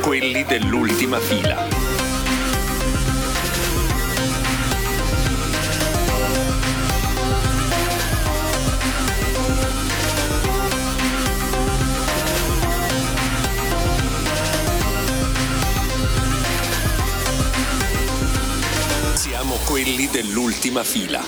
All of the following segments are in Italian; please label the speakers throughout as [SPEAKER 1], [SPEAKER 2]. [SPEAKER 1] quelli dell'ultima fila. Siamo quelli dell'ultima fila.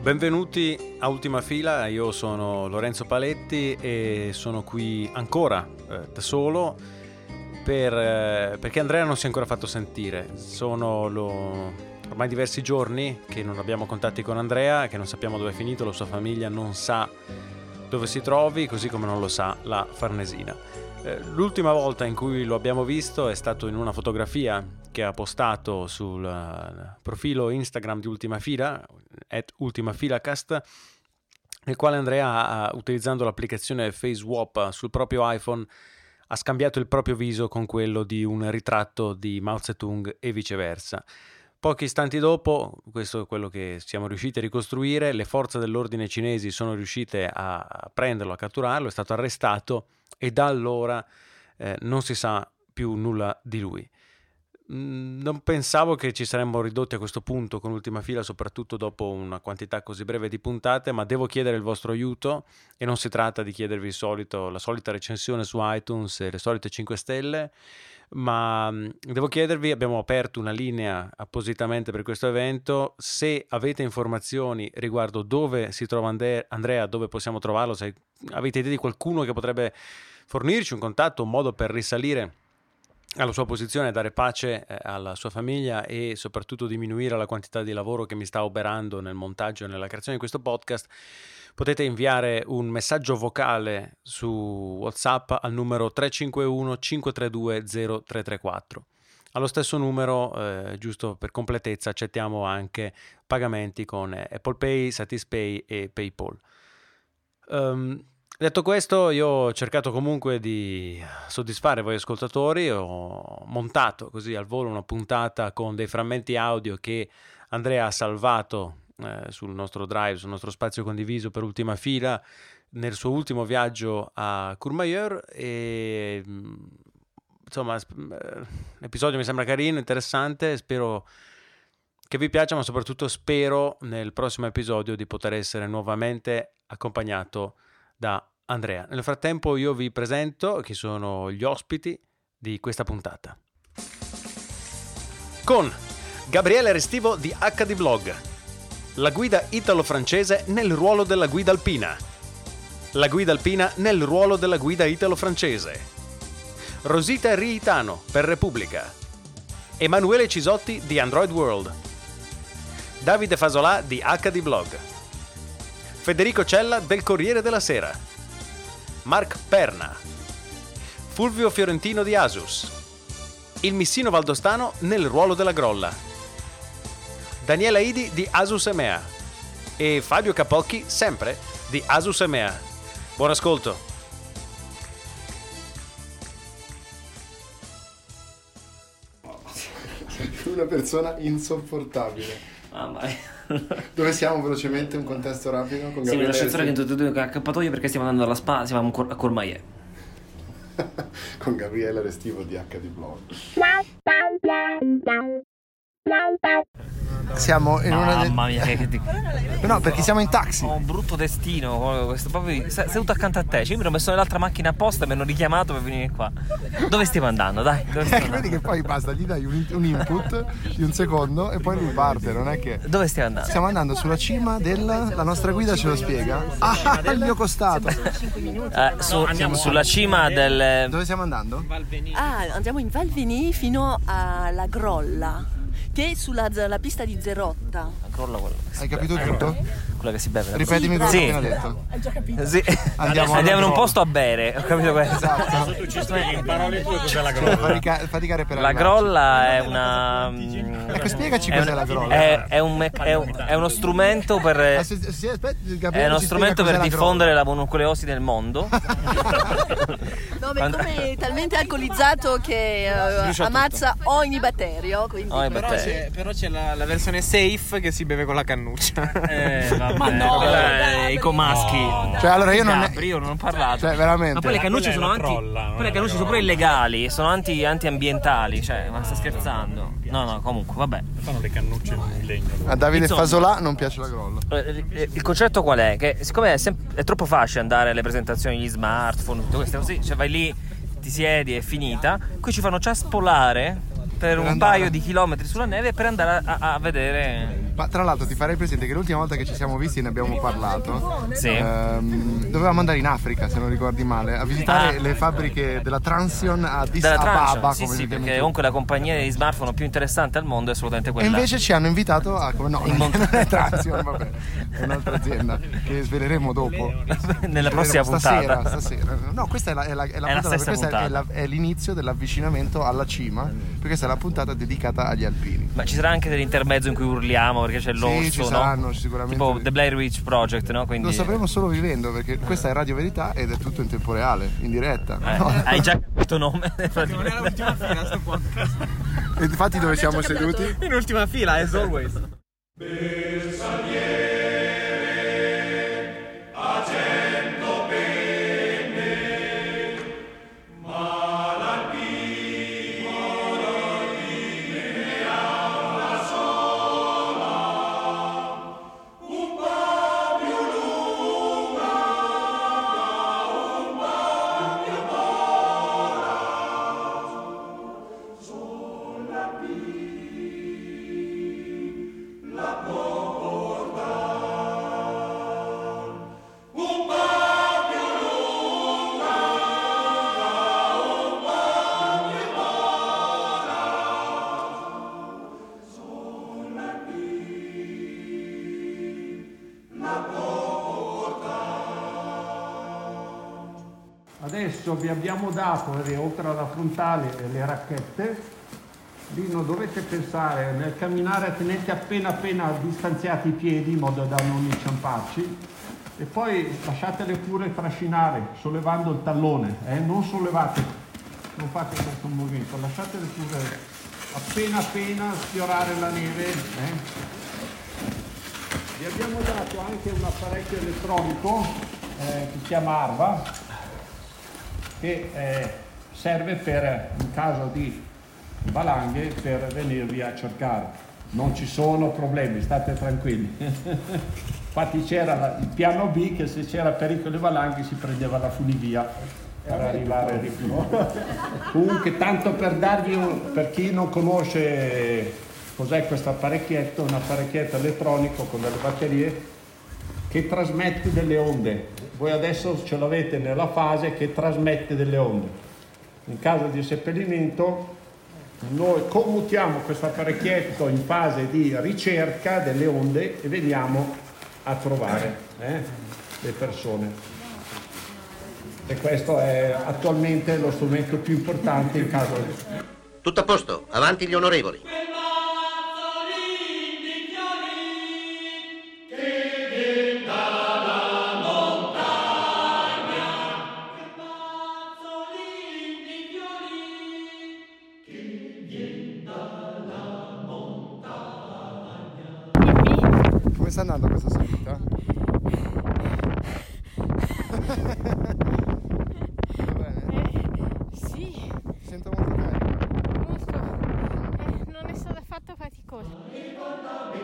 [SPEAKER 2] Benvenuti a Ultima Fila, io sono Lorenzo Paletti e sono qui ancora eh, da solo per, eh, perché Andrea non si è ancora fatto sentire. Sono lo- ormai diversi giorni che non abbiamo contatti con Andrea, che non sappiamo dove è finito, la sua famiglia non sa dove si trovi, così come non lo sa la Farnesina. Eh, L'ultima volta in cui lo abbiamo visto è stato in una fotografia che ha postato sul eh, profilo Instagram di Ultima Fila, at Ultima Filacast, nel quale Andrea, ha- utilizzando l'applicazione FaceWap sul proprio iPhone, ha scambiato il proprio viso con quello di un ritratto di Mao Zedong e viceversa. Pochi istanti dopo, questo è quello che siamo riusciti a ricostruire, le forze dell'ordine cinesi sono riuscite a prenderlo, a catturarlo, è stato arrestato e da allora eh, non si sa più nulla di lui. Mm, Non pensavo che ci saremmo ridotti a questo punto con l'ultima fila, soprattutto dopo una quantità così breve di puntate, ma devo chiedere il vostro aiuto e non si tratta di chiedervi il solito, la solita recensione su iTunes e le solite 5 stelle, ma mm, devo chiedervi, abbiamo aperto una linea appositamente per questo evento, se avete informazioni riguardo dove si trova Ande- Andrea, dove possiamo trovarlo, se avete idea di qualcuno che potrebbe fornirci un contatto, un modo per risalire alla sua posizione, dare pace eh, alla sua famiglia e soprattutto diminuire la quantità di lavoro che mi sta operando nel montaggio e nella creazione di questo podcast, potete inviare un messaggio vocale su WhatsApp al numero 351 532 0334. Allo stesso numero, eh, giusto per completezza, accettiamo anche pagamenti con eh, Apple Pay, Satispay e PayPal. Ehm, detto questo, io ho cercato comunque di soddisfare voi ascoltatori, ho montato così al volo una puntata con dei frammenti audio che Andrea ha salvato eh, sul nostro drive, sul nostro spazio condiviso per ultima fila nel suo ultimo viaggio a Courmayeur e mh, insomma sp- eh, l'episodio mi sembra carino, interessante, spero che vi piaccia, ma soprattutto spero nel prossimo episodio di poter essere nuovamente accompagnato da Andrea. Nel frattempo io vi presento chi sono gli ospiti di questa puntata. Con Gabriele Restivo di HD Vlog, la guida italo-francese nel ruolo della guida alpina, la guida alpina nel ruolo della guida italo-francese, Rosita Riitano per Repubblica, Emanuele Cisotti di Android World, Davide Fasolà di HD Blog, Federico Cella del Corriere della Sera, Mark Perna, Fulvio Fiorentino di Asus, il Missino Valdostano nel ruolo della Grolla, Daniela Idi di Asus Emea e Fabio Capocchi, sempre, di Asus Emea. Buon ascolto!
[SPEAKER 3] Una persona insopportabile.
[SPEAKER 4] Mamma mia.
[SPEAKER 3] Dove siamo velocemente? Un contesto rapido con
[SPEAKER 4] Sì,
[SPEAKER 3] Gabriele
[SPEAKER 4] l'ascensore che
[SPEAKER 3] Restivo,
[SPEAKER 4] introduce a cappatoio perché stiamo andando alla spa, siamo a Cor- a Cormaie.
[SPEAKER 3] con Gabriele Restivo di HD Blog. Siamo
[SPEAKER 4] Eh,
[SPEAKER 3] in una
[SPEAKER 4] Mamma Oh. mia, che, che-
[SPEAKER 3] No, perché siamo in taxi.
[SPEAKER 4] ho un brutto destino. guarda, Questo, proprio se- seduto accanto a te. Cioè, io mi ero messo nell'altra macchina apposta e mi hanno richiamato per venire qua. Dove stiamo andando? Dai, dove stiamo
[SPEAKER 3] Eh, Vedi
[SPEAKER 4] andando?
[SPEAKER 3] che poi basta, gli dai un, un input di un secondo e poi lui parte, non è che.
[SPEAKER 4] Dove stiamo andando?
[SPEAKER 3] Stiamo andando sulla cima del. La nostra guida ce lo spiega. Ah, il mio costato.
[SPEAKER 4] Eh, su- sulla cima del.
[SPEAKER 3] Dove stiamo andando?
[SPEAKER 5] Ah, andiamo in Val Venis fino alla Grolla, che è sulla z- la pista di Zerotta.
[SPEAKER 4] Crolla quello.
[SPEAKER 3] Hai capito tutto?
[SPEAKER 4] quella che si beve.
[SPEAKER 3] Ripetimi quello
[SPEAKER 4] Sì.
[SPEAKER 3] che ho appena detto.
[SPEAKER 4] Sì. Andiamo,
[SPEAKER 3] alla
[SPEAKER 4] in un
[SPEAKER 3] prova.
[SPEAKER 4] posto a bere, ho capito questo.
[SPEAKER 3] Esatto.
[SPEAKER 6] Tu ci spieghi in parole tue cos'è la grolla.
[SPEAKER 3] Fatica- faticare per
[SPEAKER 4] La
[SPEAKER 3] arrivarci.
[SPEAKER 4] grolla è una. mm,
[SPEAKER 3] Ecco, spiegaci
[SPEAKER 4] è un-
[SPEAKER 3] cos'è la grolla.
[SPEAKER 4] È, è un mec- è un- è uno strumento
[SPEAKER 3] Ah,
[SPEAKER 4] per.
[SPEAKER 3] se- se- se- aspetta, Gabriele
[SPEAKER 4] Eh, È uno
[SPEAKER 3] ci spiega
[SPEAKER 4] strumento
[SPEAKER 3] cos'è
[SPEAKER 4] per
[SPEAKER 3] la
[SPEAKER 4] diffondere la mononucleosi nel mondo.
[SPEAKER 5] No, ma come è talmente alcolizzato che eh,
[SPEAKER 4] Brucia
[SPEAKER 5] ammazza ogni batterio, quindi
[SPEAKER 4] Oh,
[SPEAKER 7] Però
[SPEAKER 4] beh,
[SPEAKER 7] c'è, Eh, però c'è la, la versione safe che si beve con la cannuccia.
[SPEAKER 4] Ma no, i comaschi.
[SPEAKER 3] grolla. Cioè, allora io non.
[SPEAKER 4] Capri, io non ho parlato.
[SPEAKER 3] Cioè,
[SPEAKER 4] Ma
[SPEAKER 3] veramente.
[SPEAKER 4] poi le
[SPEAKER 6] quella
[SPEAKER 4] cannucce
[SPEAKER 6] è
[SPEAKER 4] sono
[SPEAKER 6] la
[SPEAKER 4] anti.
[SPEAKER 6] trolla, non
[SPEAKER 4] poi le
[SPEAKER 6] è la
[SPEAKER 4] cannucce sono pure illegali, sono anti, antiambientali, cioè, ma sta scherzando. No, no, comunque, vabbè.
[SPEAKER 6] Fanno le cannucce in legno.
[SPEAKER 3] A Davide
[SPEAKER 4] Insomma.
[SPEAKER 3] Fasolà non piace la grolla.
[SPEAKER 4] Eh, eh, Il concetto qual è? Che siccome è, sem- è troppo facile andare alle presentazioni gli smartphone, tutte queste cose, cioè vai lì, ti siedi, è finita. Qui ci fanno ciaspolare per un
[SPEAKER 3] andare.
[SPEAKER 4] paio di chilometri sulla neve per andare a, a- a vedere.
[SPEAKER 3] Ma tra l'altro ti farei presente che l'ultima volta che ci siamo visti e ne abbiamo parlato.
[SPEAKER 4] Sì.
[SPEAKER 3] ehm, dovevamo andare in Africa, se non ricordi male, a visitare
[SPEAKER 4] Ah.
[SPEAKER 3] le fabbriche della Transion a Addis
[SPEAKER 4] Della
[SPEAKER 3] Ababa,
[SPEAKER 4] Transion, sì,
[SPEAKER 3] come
[SPEAKER 4] sì,
[SPEAKER 3] si chiama.
[SPEAKER 4] perché comunque la compagnia di smartphone più interessante al mondo è assolutamente
[SPEAKER 3] E
[SPEAKER 4] quella.
[SPEAKER 3] invece ci hanno invitato a. come- No,
[SPEAKER 4] In
[SPEAKER 3] non
[SPEAKER 4] Mont-
[SPEAKER 3] è Transion, vabbè, è un'altra azienda che sveleremo dopo.
[SPEAKER 4] nella prossima
[SPEAKER 3] Vedremo stasera,
[SPEAKER 4] puntata.
[SPEAKER 3] Stasera, No, questa è la, è la- è la
[SPEAKER 4] È la
[SPEAKER 3] puntata,
[SPEAKER 4] stessa
[SPEAKER 3] questa è- È,
[SPEAKER 4] puntata.
[SPEAKER 3] la- è l'inizio dell'avvicinamento alla cima, perché questa è la puntata dedicata agli alpini.
[SPEAKER 4] Ma ci sarà anche dell'intermezzo in cui urliamo perché c'è l'orso,
[SPEAKER 3] ci
[SPEAKER 4] no?
[SPEAKER 3] saranno sicuramente.
[SPEAKER 4] Tipo The Blair Witch Project, no? Quindi
[SPEAKER 3] Lo sapremo solo vivendo, perché questa è Radio Verità ed è tutto in tempo reale, in diretta.
[SPEAKER 4] Eh,
[SPEAKER 3] No.
[SPEAKER 4] hai già capito nome.
[SPEAKER 7] Non è l'ultima fila sto podcast.
[SPEAKER 4] eh.
[SPEAKER 3] E Infatti dove siamo seduti?
[SPEAKER 7] In ultima fila, as always.
[SPEAKER 8] Adesso vi abbiamo dato, eh, oltre alla frontale, eh, le racchette, lì non dovete pensare, nel camminare tenete appena appena distanziati i piedi in modo da non inciamparci e poi lasciatele pure trascinare, sollevando il tallone, eh, non sollevate, non fate questo movimento, lasciatele pure appena appena sfiorare la neve. eh. Vi abbiamo dato anche un apparecchio elettronico eh, che si chiama Arva, che eh, serve per in caso di valanghe per venirvi a cercare. Non ci sono problemi, state tranquilli. Infatti c'era la- il piano B che se c'era pericolo di valanghe si prendeva la funivia per arrivare di più. Comunque tanto per darvi un- per chi non conosce eh, cos'è questo apparecchietto, un apparecchietto elettronico con delle batterie che trasmette delle onde. Voi adesso ce l'avete nella fase che trasmette delle onde. In caso di seppellimento noi commutiamo questo apparecchietto in fase di ricerca delle onde e veniamo a trovare eh, le persone. E questo è attualmente lo strumento più importante in caso di...
[SPEAKER 9] Tutto a posto, avanti gli onorevoli.
[SPEAKER 3] Come sta andando questa salita? Va bene?
[SPEAKER 10] Sì,
[SPEAKER 3] Sento molto carico.
[SPEAKER 10] molto. Eh, non è stata affatto faticosa.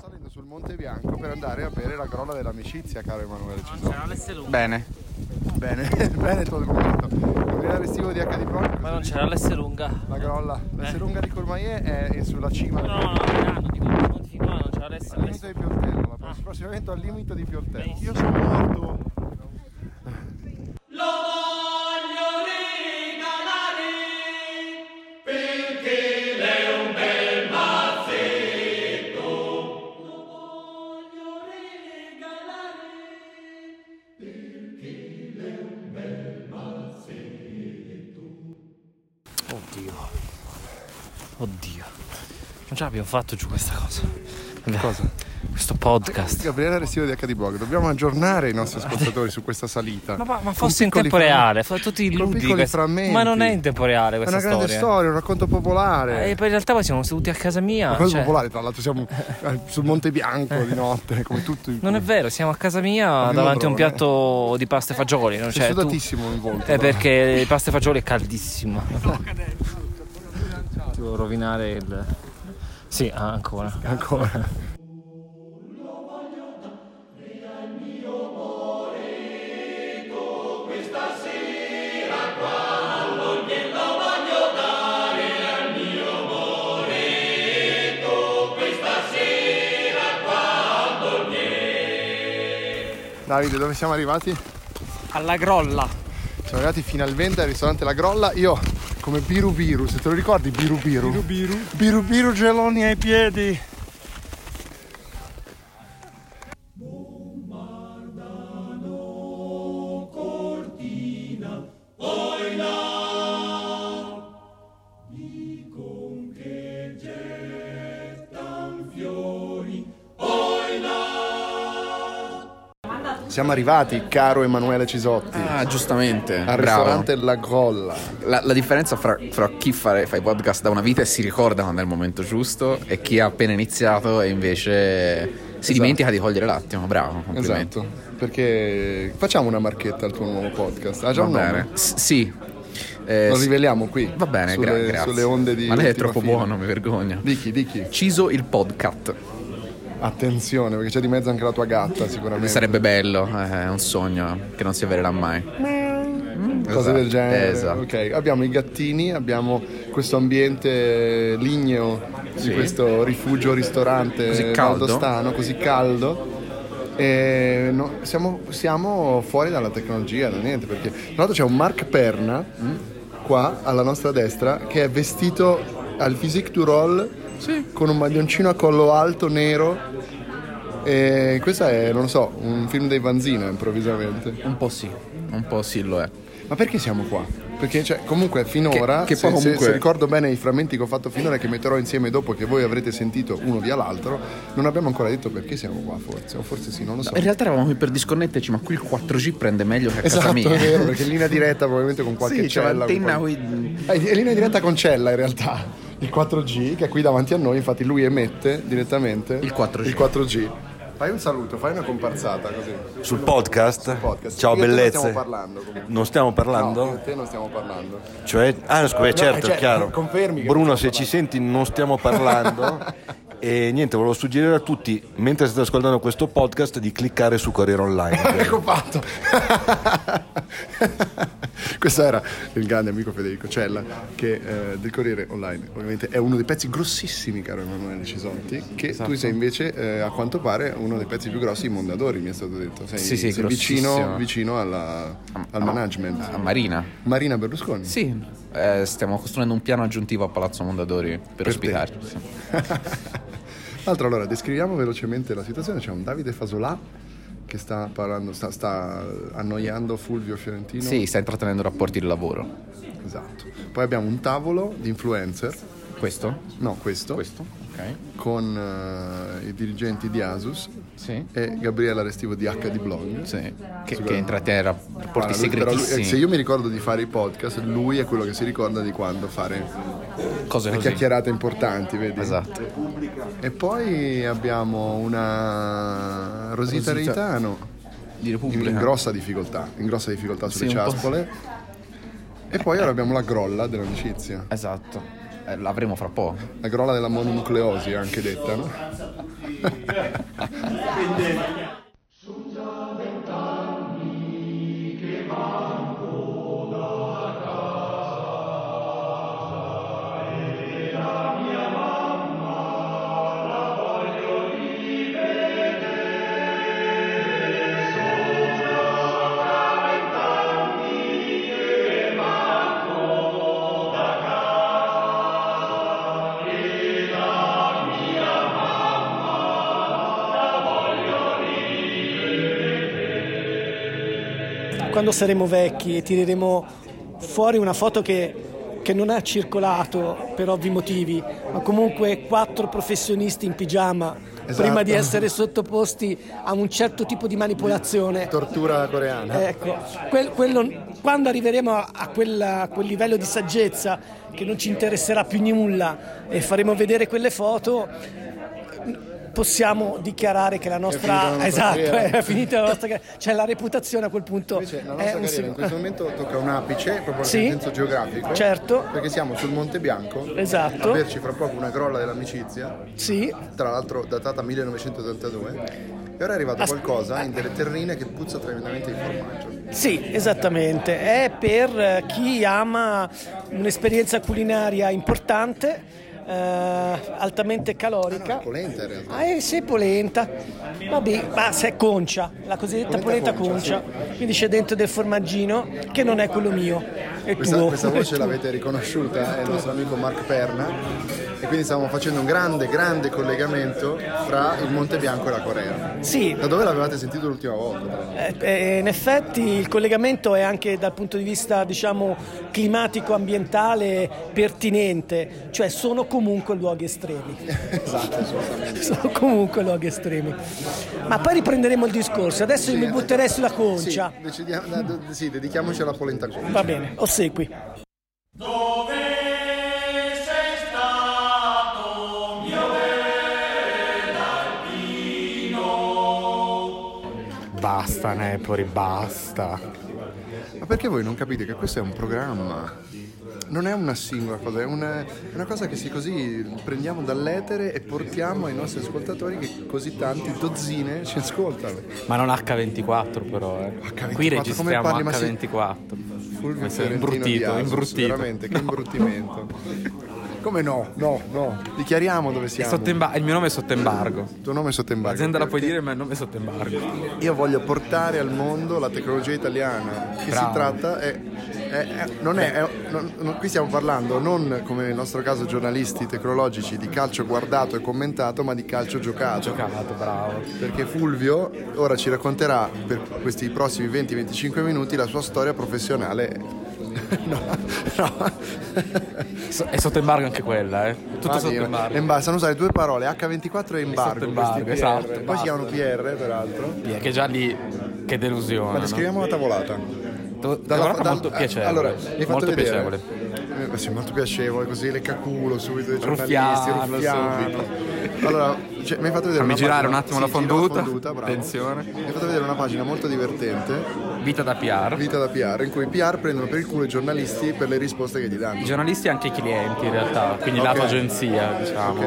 [SPEAKER 3] Salendo sul Monte Bianco per andare a bere la grolla dell'amicizia, caro Emanuele
[SPEAKER 7] cioè,
[SPEAKER 3] Cisone.
[SPEAKER 7] Bene.
[SPEAKER 3] Bene, bene il tuo documento. Gabriele Restivo di HD Pro.
[SPEAKER 4] Ma non c'era l'S lunga. Eh.
[SPEAKER 3] La grolla. La Serunga di Cormaie è è sulla cima.
[SPEAKER 4] No, no, no, Milano, dico, non ti- no, non c'era adesso.
[SPEAKER 3] Al limite di Pioltello, la prossima- prossimamente al limite di Pioltello. Io sono morto.
[SPEAKER 11] Lo voglio regalare perché lei è un bel mazzetto. Lo voglio regalare perché lei è un bel mazzetto.
[SPEAKER 4] Oddio. Oddio. Non ce l'abbiamo fatto giù questa cosa.
[SPEAKER 3] Cosa?
[SPEAKER 4] Questo podcast.
[SPEAKER 3] Gabriele Restivo di HD Blog. Dobbiamo aggiornare i nostri ascoltatori su questa salita.
[SPEAKER 4] Ma, ma
[SPEAKER 3] Con
[SPEAKER 4] fosse in
[SPEAKER 3] piccoli
[SPEAKER 4] tempo
[SPEAKER 3] fra-
[SPEAKER 4] reale, fa tutti
[SPEAKER 3] con
[SPEAKER 4] illudi.
[SPEAKER 3] piccoli
[SPEAKER 4] questa-
[SPEAKER 3] frammenti.
[SPEAKER 4] Ma non è in tempo reale
[SPEAKER 3] È
[SPEAKER 4] questa
[SPEAKER 3] una grande
[SPEAKER 4] storia.
[SPEAKER 3] storia, un racconto popolare.
[SPEAKER 4] Eh, poi in realtà poi siamo seduti a casa mia.
[SPEAKER 3] Ma cosa
[SPEAKER 4] cioè,
[SPEAKER 3] popolare, tra l'altro siamo eh, sul Monte Bianco di notte, come tutto il
[SPEAKER 4] Non è vero, siamo a casa mia
[SPEAKER 3] Abbiamo
[SPEAKER 4] davanti a un
[SPEAKER 3] drone.
[SPEAKER 4] piatto di pasta e fagioli. Non
[SPEAKER 3] Sei
[SPEAKER 4] c'è cioè, tu- Eh
[SPEAKER 3] sudatissimo in volto.
[SPEAKER 4] È perché pasta e fagioli è caldissimo. Ti devo rovinare il. Sì, ah, ancora.
[SPEAKER 3] Ancora.
[SPEAKER 11] Questa sera quando glielo voglio dare al mio moretto, questa sera quando glielo
[SPEAKER 3] Davide, dove siamo arrivati?
[SPEAKER 7] Alla grolla.
[SPEAKER 3] Siamo arrivati finalmente al ristorante La Grolla. Io come Biru Biru, se te lo ricordi Biru Biru. Biru Biru. Biru geloni ai piedi.
[SPEAKER 11] cortina, poi là dicono che gettan fiori, poi là
[SPEAKER 3] Siamo arrivati, caro Emanuele Cisotti.
[SPEAKER 12] Ah, giustamente.
[SPEAKER 3] Al
[SPEAKER 12] Bravo.
[SPEAKER 3] ristorante La Grolla.
[SPEAKER 12] La, la differenza fra, fra chi fare- fa i podcast da una vita e si ricorda quando è il momento giusto e chi ha appena iniziato e invece si dimentica di cogliere l'attimo. Bravo, complimenti.
[SPEAKER 3] Esatto. Perché facciamo una marchetta al tuo nuovo podcast. Ha già
[SPEAKER 12] Va
[SPEAKER 3] un
[SPEAKER 12] bene.
[SPEAKER 3] nome?
[SPEAKER 12] S- sì. Eh,
[SPEAKER 3] Lo
[SPEAKER 12] s-
[SPEAKER 3] riveliamo qui.
[SPEAKER 12] Va bene,
[SPEAKER 3] sulle,
[SPEAKER 12] gra- grazie.
[SPEAKER 3] Sulle onde di
[SPEAKER 12] Ma lei è
[SPEAKER 3] ultima
[SPEAKER 12] troppo
[SPEAKER 3] fila.
[SPEAKER 12] buono, mi vergogno.
[SPEAKER 3] Di chi, di chi?
[SPEAKER 12] Ciso il podcast.
[SPEAKER 3] Attenzione, perché c'è di mezzo anche la tua gatta, sicuramente.
[SPEAKER 12] Sarebbe bello, eh, è un sogno che non si avvererà mai.
[SPEAKER 3] Mm. Cose
[SPEAKER 12] Esatto,
[SPEAKER 3] del genere.
[SPEAKER 12] esatto.
[SPEAKER 3] Ok, abbiamo i gattini, abbiamo questo ambiente ligneo
[SPEAKER 12] Sì.
[SPEAKER 3] di questo rifugio ristorante
[SPEAKER 12] Così caldo.
[SPEAKER 3] valdostano, così caldo. E no- siamo, siamo fuori dalla tecnologia, da niente, perché tra l'altro c'è un Mark Perna mm, qua alla nostra destra che è vestito al physique du roll con un maglioncino a collo alto nero. E questo è, non lo so, un film dei Vanzina improvvisamente.
[SPEAKER 12] Un po' sì, un po' sì lo è.
[SPEAKER 3] Ma perché siamo qua? Perché cioè, comunque finora,
[SPEAKER 12] Che- che
[SPEAKER 3] se,
[SPEAKER 12] poi
[SPEAKER 3] se-
[SPEAKER 12] comunque-
[SPEAKER 3] se ricordo bene i frammenti che ho fatto finora e che metterò insieme dopo che voi avrete sentito uno via l'altro, non abbiamo ancora detto perché siamo qua forse, o forse sì, non lo so.
[SPEAKER 12] In realtà eravamo qui per disconnetterci, ma qui il 4G prende meglio che a casa
[SPEAKER 3] Esatto,
[SPEAKER 12] mia.
[SPEAKER 3] è vero, perché in linea diretta probabilmente con qualche
[SPEAKER 12] Sì, c'è
[SPEAKER 3] cella. con
[SPEAKER 12] l'antenna
[SPEAKER 3] qualche- Eh, È in linea diretta con cella in realtà, il 4G che è qui davanti a noi, infatti lui emette direttamente il 4G. Fai un saluto, fai una comparsata così.
[SPEAKER 13] Sul podcast?
[SPEAKER 3] podcast.
[SPEAKER 13] Ciao
[SPEAKER 3] Io e te
[SPEAKER 13] bellezze.
[SPEAKER 3] Non stiamo parlando. comunque.
[SPEAKER 13] Non stiamo parlando?
[SPEAKER 3] No, io e te non stiamo parlando.
[SPEAKER 13] Cioè, ah, scusa,
[SPEAKER 3] No,
[SPEAKER 13] certo,
[SPEAKER 3] cioè,
[SPEAKER 13] è chiaro.
[SPEAKER 3] confermi che
[SPEAKER 13] Bruno,
[SPEAKER 3] non
[SPEAKER 13] se ci senti, non stiamo parlando. e niente, volevo suggerire a tutti, mentre state ascoltando questo podcast, di cliccare su Corriere Online.
[SPEAKER 3] Ecco fatto. Questo era il grande amico Federico Cella che, eh, del Corriere Online. Ovviamente è uno dei pezzi grossissimi, caro Emanuele Cisotti, che
[SPEAKER 12] Esatto.
[SPEAKER 3] tu sei invece eh, a quanto pare uno dei pezzi più grossi di Mondadori, mi è stato detto. Sei,
[SPEAKER 12] Sì, sì,
[SPEAKER 3] sei
[SPEAKER 12] grossissimo.
[SPEAKER 3] vicino, vicino alla- al management.
[SPEAKER 12] A Marina.
[SPEAKER 3] Marina Berlusconi?
[SPEAKER 12] Sì. Eh, stiamo costruendo un piano aggiuntivo a Palazzo Mondadori per, ospitarci. sì.
[SPEAKER 3] Altro allora, descriviamo velocemente la situazione. C'è un Davide Fasolà che sta parlando, sta, sta annoiando Fulvio Fiorentino.
[SPEAKER 12] Sì, sta intrattenendo rapporti di lavoro.
[SPEAKER 3] Esatto. Poi abbiamo un tavolo di influencer.
[SPEAKER 12] Questo?
[SPEAKER 3] No, questo. Questo,
[SPEAKER 12] ok.
[SPEAKER 3] Con eh, i dirigenti di Asus e Gabriella Restivo di HD Blog.
[SPEAKER 12] Sì. Che,
[SPEAKER 3] Sicuramente.
[SPEAKER 12] che intrattiene rapporti
[SPEAKER 3] Guarda, lui- però lui-
[SPEAKER 12] segretissimi.
[SPEAKER 3] se io mi ricordo di fare i podcast, lui è quello che si ricorda di quando fare
[SPEAKER 12] Cose
[SPEAKER 3] le
[SPEAKER 12] così.
[SPEAKER 3] chiacchierate importanti, vedi?
[SPEAKER 12] Esatto.
[SPEAKER 3] E poi abbiamo una Rosita,
[SPEAKER 12] Rosita
[SPEAKER 3] Reitano
[SPEAKER 12] di
[SPEAKER 3] in grossa difficoltà, in grossa difficoltà sulle
[SPEAKER 12] Sì, un po'.
[SPEAKER 3] ciaspole. E poi ora abbiamo la grolla dell'amicizia.
[SPEAKER 12] Esatto. l'avremo fra poco.
[SPEAKER 3] La grolla della mononucleosi, anche detta, no?
[SPEAKER 11] Son già vent'anni che vanno da casa e la mia mamma la voglio lì
[SPEAKER 14] quando saremo vecchi e tireremo fuori una foto che, che non ha circolato per ovvi motivi, ma comunque quattro professionisti in pigiama
[SPEAKER 3] Esatto.
[SPEAKER 14] prima di essere sottoposti a un certo tipo di manipolazione.
[SPEAKER 3] Tortura coreana.
[SPEAKER 14] Ecco, quel- quello- quando arriveremo a, a quella- a quel livello di saggezza che non ci interesserà più nulla e faremo vedere quelle foto, possiamo dichiarare che la
[SPEAKER 3] finita la
[SPEAKER 14] nostra...
[SPEAKER 3] nostra
[SPEAKER 14] esatto,
[SPEAKER 3] carriera.
[SPEAKER 14] è finita la nostra... carriera. Cioè la reputazione a quel punto...
[SPEAKER 3] La
[SPEAKER 14] è
[SPEAKER 3] nostra
[SPEAKER 14] un
[SPEAKER 3] carriera in
[SPEAKER 14] secondo-
[SPEAKER 3] questo momento tocca un apice, proprio
[SPEAKER 14] Sì.
[SPEAKER 3] nel senso geografico.
[SPEAKER 14] Certo.
[SPEAKER 3] Perché siamo sul Monte Bianco.
[SPEAKER 14] Esatto.
[SPEAKER 3] A berci fra poco una grolla dell'amicizia.
[SPEAKER 14] Sì.
[SPEAKER 3] Tra l'altro datata 1982. E ora è arrivato
[SPEAKER 14] As-
[SPEAKER 3] qualcosa in delle terrine che puzza tremendamente di formaggio.
[SPEAKER 14] Sì, esattamente. È per eh, chi ama un'esperienza culinaria importante, eh, altamente calorica.
[SPEAKER 3] Ah, Polenta in realtà.
[SPEAKER 14] Ah, eh, se polenta, vabbè, ma se è concia, la cosiddetta
[SPEAKER 3] Polenta
[SPEAKER 14] polenta,
[SPEAKER 3] concia,
[SPEAKER 14] concia, quindi c'è dentro del formaggino che non è quello mio, è
[SPEAKER 3] Questa,
[SPEAKER 14] tuo.
[SPEAKER 3] questa
[SPEAKER 14] È
[SPEAKER 3] voce
[SPEAKER 14] tuo.
[SPEAKER 3] l'avete riconosciuta, è il nostro amico Mark Perna e quindi stiamo facendo un grande, grande collegamento fra il Monte Bianco e la Corea.
[SPEAKER 14] Sì.
[SPEAKER 3] Da dove l'avevate sentito l'ultima volta?
[SPEAKER 14] Eh, eh, in effetti il collegamento è anche dal punto di vista diciamo, climatico-ambientale pertinente, cioè sono comunque luoghi estremi.
[SPEAKER 3] Esatto, assolutamente.
[SPEAKER 14] Sono comunque luoghi estremi. Ma poi riprenderemo il discorso, adesso io mi butterei sulla concia.
[SPEAKER 3] Sì, decidiamo- no, de- sì, dedichiamoci alla polenta concia.
[SPEAKER 14] Va bene, o segui.
[SPEAKER 15] Basta Nepori, basta.
[SPEAKER 3] Ma perché voi non capite che questo è un programma? Non è una singola cosa, è una, è una cosa che si così prendiamo dall'etere e portiamo ai nostri ascoltatori che così tanti, dozzine, ci ascoltano.
[SPEAKER 15] Ma non H24 però, eh. Qui
[SPEAKER 3] come
[SPEAKER 15] registriamo
[SPEAKER 3] parli? Ma sei-
[SPEAKER 15] H24.
[SPEAKER 3] Fulvio
[SPEAKER 15] Mi sei
[SPEAKER 3] Fiorentino di
[SPEAKER 15] imbruttito,
[SPEAKER 3] Asus,
[SPEAKER 15] imbruttito.
[SPEAKER 3] Veramente, che imbruttimento. Come no? No, no. Dichiariamo dove
[SPEAKER 15] È
[SPEAKER 3] siamo.
[SPEAKER 15] sotto imba- il mio nome è sotto embargo.
[SPEAKER 3] Il tuo nome è sotto embargo.
[SPEAKER 15] L'azienda la puoi
[SPEAKER 3] perché
[SPEAKER 15] dire, ma il nome è sotto embargo.
[SPEAKER 3] Io voglio portare al mondo la tecnologia italiana. Che si
[SPEAKER 15] Bravo.
[SPEAKER 3] tratta è, è- è- non è, è- non- non- qui stiamo parlando non come nel nostro caso giornalisti tecnologici di calcio guardato e commentato, ma di calcio giocato.
[SPEAKER 15] Giocato, bravo.
[SPEAKER 3] Perché Fulvio ora ci racconterà per questi prossimi 20-25 minuti la sua storia professionale.
[SPEAKER 15] So- è sotto embargo anche quella, eh. Tutto
[SPEAKER 3] Ah,
[SPEAKER 15] sotto
[SPEAKER 3] sì,
[SPEAKER 15] embargo.
[SPEAKER 3] embargo, sanno usare due parole, H24 e embargo.
[SPEAKER 15] sotto embargo,
[SPEAKER 3] questi PR.
[SPEAKER 15] esatto,
[SPEAKER 3] Poi
[SPEAKER 15] basta.
[SPEAKER 3] si chiamano PR, peraltro.
[SPEAKER 12] eh.
[SPEAKER 15] Via, Che già lì, che delusione.
[SPEAKER 3] Ma descriviamo
[SPEAKER 15] no?
[SPEAKER 3] la tavolata. eh,
[SPEAKER 15] Dalla guarda molto piacevole.
[SPEAKER 3] Allora, mi hai fatto
[SPEAKER 15] Molto
[SPEAKER 3] vedere.
[SPEAKER 15] piacevole.
[SPEAKER 3] Eh, beh, sì, molto piacevole, così le caculo subito i giornalisti,
[SPEAKER 15] Ruffiano,
[SPEAKER 3] ruffiano. Allora, cioè, mi hai fatto vedere
[SPEAKER 15] Fammi
[SPEAKER 3] una
[SPEAKER 15] girare
[SPEAKER 3] pagina-
[SPEAKER 15] un attimo
[SPEAKER 3] sì,
[SPEAKER 15] la
[SPEAKER 3] gira
[SPEAKER 15] fonduta.
[SPEAKER 3] bravo.
[SPEAKER 15] Attenzione.
[SPEAKER 3] Mi hai fatto vedere una pagina molto divertente,
[SPEAKER 15] Vita da PR.
[SPEAKER 3] Vita da PR, in cui i PR prendono per il culo i giornalisti per le risposte che gli danno.
[SPEAKER 15] I giornalisti e anche i clienti in realtà, quindi
[SPEAKER 3] Ok.
[SPEAKER 15] lato agenzia, diciamo.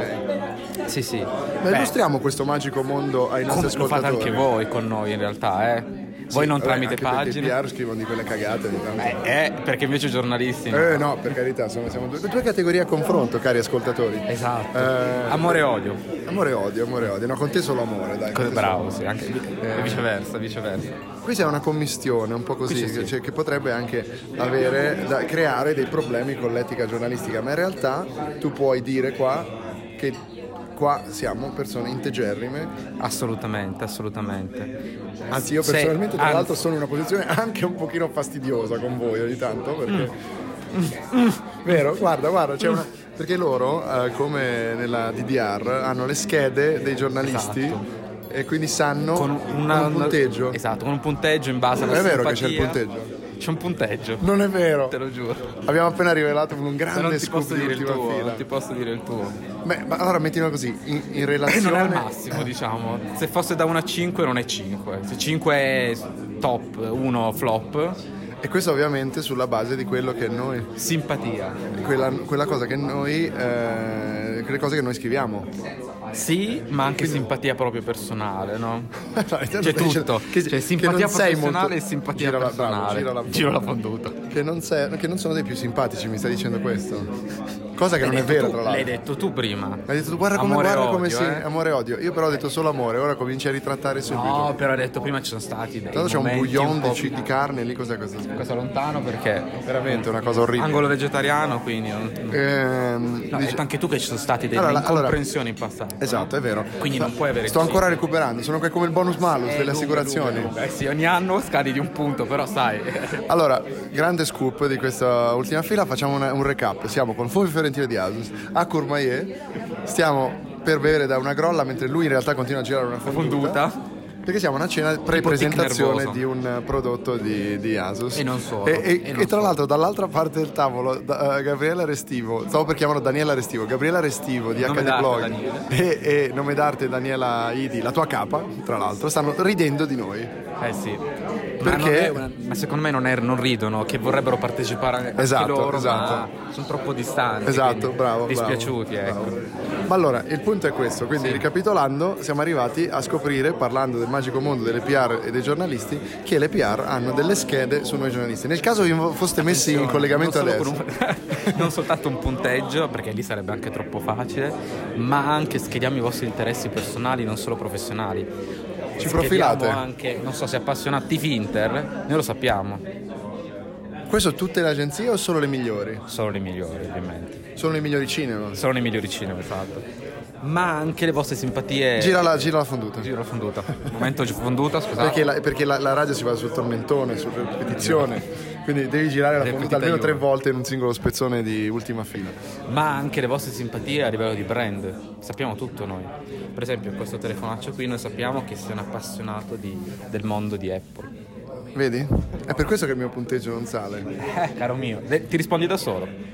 [SPEAKER 15] Sì, sì.
[SPEAKER 3] Ma
[SPEAKER 15] Beh,
[SPEAKER 3] illustriamo questo magico mondo ai nostri
[SPEAKER 15] come lo fate
[SPEAKER 3] ascoltatori.
[SPEAKER 15] anche voi con noi in realtà, eh. Voi
[SPEAKER 3] Sì,
[SPEAKER 15] non
[SPEAKER 3] vabbè,
[SPEAKER 15] tramite
[SPEAKER 3] anche perché
[SPEAKER 15] pagine.
[SPEAKER 3] i PR scrivono di quelle cagate. ogni tanto.
[SPEAKER 15] Eh, perché invece i giornalisti no.
[SPEAKER 3] Eh, no, per carità, insomma, siamo due, due categorie a confronto, cari ascoltatori.
[SPEAKER 15] Esatto.
[SPEAKER 3] amore
[SPEAKER 15] e odio.
[SPEAKER 3] Amore e odio, amore e odio. No, con te solo amore, dai. con
[SPEAKER 15] Cosa-
[SPEAKER 3] te
[SPEAKER 15] Bravo,
[SPEAKER 3] solo
[SPEAKER 15] sì,
[SPEAKER 3] amore.
[SPEAKER 15] anche e viceversa, viceversa.
[SPEAKER 3] Qui c'è una commistione un po' così,
[SPEAKER 15] Qui c'è, sì.
[SPEAKER 3] cioè, che potrebbe anche avere, da- creare dei problemi con l'etica giornalistica, ma in realtà tu puoi dire qua che qua siamo persone integerrime,
[SPEAKER 15] Assolutamente, assolutamente.
[SPEAKER 3] anzi io
[SPEAKER 15] Se-
[SPEAKER 3] personalmente tra
[SPEAKER 15] anzi-
[SPEAKER 3] l'altro sono in una posizione anche un pochino fastidiosa con voi ogni tanto, perché...
[SPEAKER 15] Mm.
[SPEAKER 3] Vero? Guarda, guarda, c'è una... Perché loro, eh, come nella DDR, hanno le schede dei giornalisti e quindi sanno con
[SPEAKER 15] Esatto. una-
[SPEAKER 3] un punteggio.
[SPEAKER 15] Esatto, con un punteggio in base alla
[SPEAKER 3] È vero che c'è il
[SPEAKER 15] simpatia.
[SPEAKER 3] punteggio.
[SPEAKER 15] C'è un punteggio.
[SPEAKER 3] Non è vero.
[SPEAKER 15] Te lo giuro.
[SPEAKER 3] Abbiamo appena rivelato un
[SPEAKER 15] Se non
[SPEAKER 3] grande
[SPEAKER 15] ti
[SPEAKER 3] scoop
[SPEAKER 15] posso
[SPEAKER 3] di
[SPEAKER 15] dire il
[SPEAKER 3] ultima
[SPEAKER 15] tuo,
[SPEAKER 3] fila.
[SPEAKER 15] non ti posso dire il tuo.
[SPEAKER 3] Beh, ma allora mettilo così, in, in relazione...
[SPEAKER 15] Eh, Non è al
[SPEAKER 3] Eh.
[SPEAKER 15] massimo, diciamo. Se fosse da 1 a 5 non è 5. Se 5 è top, 1 flop.
[SPEAKER 3] E questo ovviamente sulla base di quello che noi...
[SPEAKER 15] Simpatia.
[SPEAKER 3] Quella, quella cosa che noi... eh, quelle cose che noi scriviamo.
[SPEAKER 15] Sì, ma anche simpatia proprio personale, no? C'è
[SPEAKER 3] stai dicendo
[SPEAKER 15] tutto.
[SPEAKER 3] Certo, che-
[SPEAKER 15] C'è
[SPEAKER 3] che
[SPEAKER 15] simpatia
[SPEAKER 3] non sei
[SPEAKER 15] professionale
[SPEAKER 3] molto-
[SPEAKER 15] e simpatia
[SPEAKER 3] Gira la- bravo,
[SPEAKER 15] personale.
[SPEAKER 3] gira la
[SPEAKER 15] Giro la
[SPEAKER 3] fonduta. Che non, sei- che non sono dei più simpatici, mi stai dicendo questo? Cosa che
[SPEAKER 15] L'hai
[SPEAKER 3] non è
[SPEAKER 15] detto
[SPEAKER 3] vera,
[SPEAKER 15] tu,
[SPEAKER 3] tra l'altro.
[SPEAKER 15] L'hai detto tu prima.
[SPEAKER 3] Hai detto, guarda come,
[SPEAKER 15] Amore e
[SPEAKER 3] guarda come
[SPEAKER 15] odio,
[SPEAKER 3] si.
[SPEAKER 15] eh.
[SPEAKER 3] Amore e odio. Io però ho detto solo amore, ora cominci a ritrattare subito.
[SPEAKER 15] No, però hai detto prima ci sono stati dei
[SPEAKER 3] Tanto c'è un
[SPEAKER 15] momenti
[SPEAKER 3] bouillon
[SPEAKER 15] po'
[SPEAKER 3] di, ci- di carne lì, cos'è questo?
[SPEAKER 15] Cosa lontano perché
[SPEAKER 3] Veramente una cosa orribile.
[SPEAKER 15] Angolo vegetariano, quindi. non-
[SPEAKER 3] Ehm,
[SPEAKER 15] No, hai
[SPEAKER 3] dice-
[SPEAKER 15] detto anche tu che ci sono sttate delle
[SPEAKER 3] Allora, allora-
[SPEAKER 15] incomprensioni in passato.
[SPEAKER 3] Esatto, è vero.
[SPEAKER 15] Quindi non puoi avere
[SPEAKER 3] Sto
[SPEAKER 15] così.
[SPEAKER 3] ancora recuperando, sono que- come il bonus malus
[SPEAKER 15] Eh,
[SPEAKER 3] delle
[SPEAKER 15] lunga,
[SPEAKER 3] assicurazioni.
[SPEAKER 15] lunga, lunga. Eh sì, ogni anno scadi di un punto, però sai. Eh
[SPEAKER 3] Allora, grande scoop di questa ultima fila, facciamo una- un recap. Siamo con Fulvio Fiorentino di Asus a Courmayeur, stiamo per bere da una grolla mentre lui in realtà continua a girare una fonduta. Perché siamo a una cena pre-presentazione
[SPEAKER 15] tic nervoso.
[SPEAKER 3] di un eh, prodotto di, di Asus.
[SPEAKER 15] E non solo.
[SPEAKER 3] E, e-
[SPEAKER 15] E non
[SPEAKER 3] e tra l'altro dall'altra parte del tavolo da- eh, Gabriella Restivo, stavo per chiamarlo Daniela Restivo, Gabriella Restivo di
[SPEAKER 15] Nome
[SPEAKER 3] HD
[SPEAKER 15] d'arte,
[SPEAKER 3] Blog
[SPEAKER 15] Daniela.
[SPEAKER 3] e, e nome d'arte Daniela Idi, la tua capa, tra l'altro, stanno ridendo di noi.
[SPEAKER 15] Eh sì.
[SPEAKER 3] Perché-
[SPEAKER 15] Ma, non è- ma secondo me non, è- non ridono, che vorrebbero partecipare anche
[SPEAKER 3] Esatto,
[SPEAKER 15] loro,
[SPEAKER 3] esatto.
[SPEAKER 15] ma sono troppo distanti.
[SPEAKER 3] Esatto,
[SPEAKER 15] quindi
[SPEAKER 3] bravo, bravo,
[SPEAKER 15] Dispiaciuti, ecco.
[SPEAKER 3] Ma allora, il punto è questo, quindi ricapitolando, siamo arrivati a scoprire, parlando del magico mondo delle PR e dei giornalisti, che le PR hanno delle schede su noi giornalisti. Nel caso vi foste messi in collegamento
[SPEAKER 15] non, solo
[SPEAKER 3] adesso,
[SPEAKER 15] con un- non soltanto un punteggio, perché lì sarebbe anche troppo facile, ma anche schediamo i vostri interessi personali, non solo professionali.
[SPEAKER 3] Ci
[SPEAKER 15] Schediamo
[SPEAKER 3] profilate?
[SPEAKER 15] anche, non so se appassionati Finter, noi lo sappiamo.
[SPEAKER 3] questo tutte le agenzie o solo le migliori?
[SPEAKER 15] Solo le migliori, ovviamente.
[SPEAKER 3] Sono i migliori cinema.
[SPEAKER 15] Sono i migliori cinema, esatto. Ma anche le vostre simpatie.
[SPEAKER 3] Gira la, gira la fonduta.
[SPEAKER 15] Gira la fonduta. Momento gi- fonduta, scusate.
[SPEAKER 3] Perché, la, perché la- la radio si va sul tormentone, sulla ripetizione. Quindi devi girare la fonduta almeno tre volte in un singolo spezzone di ultima fila.
[SPEAKER 15] ma anche le vostre simpatie a livello di brand. Sappiamo tutto noi. Per esempio, questo telefonaccio qui noi sappiamo che sei un appassionato di- del mondo di Apple.
[SPEAKER 3] Vedi? È per questo che il mio punteggio non sale.
[SPEAKER 15] Eh, caro mio, de- ti rispondi da solo.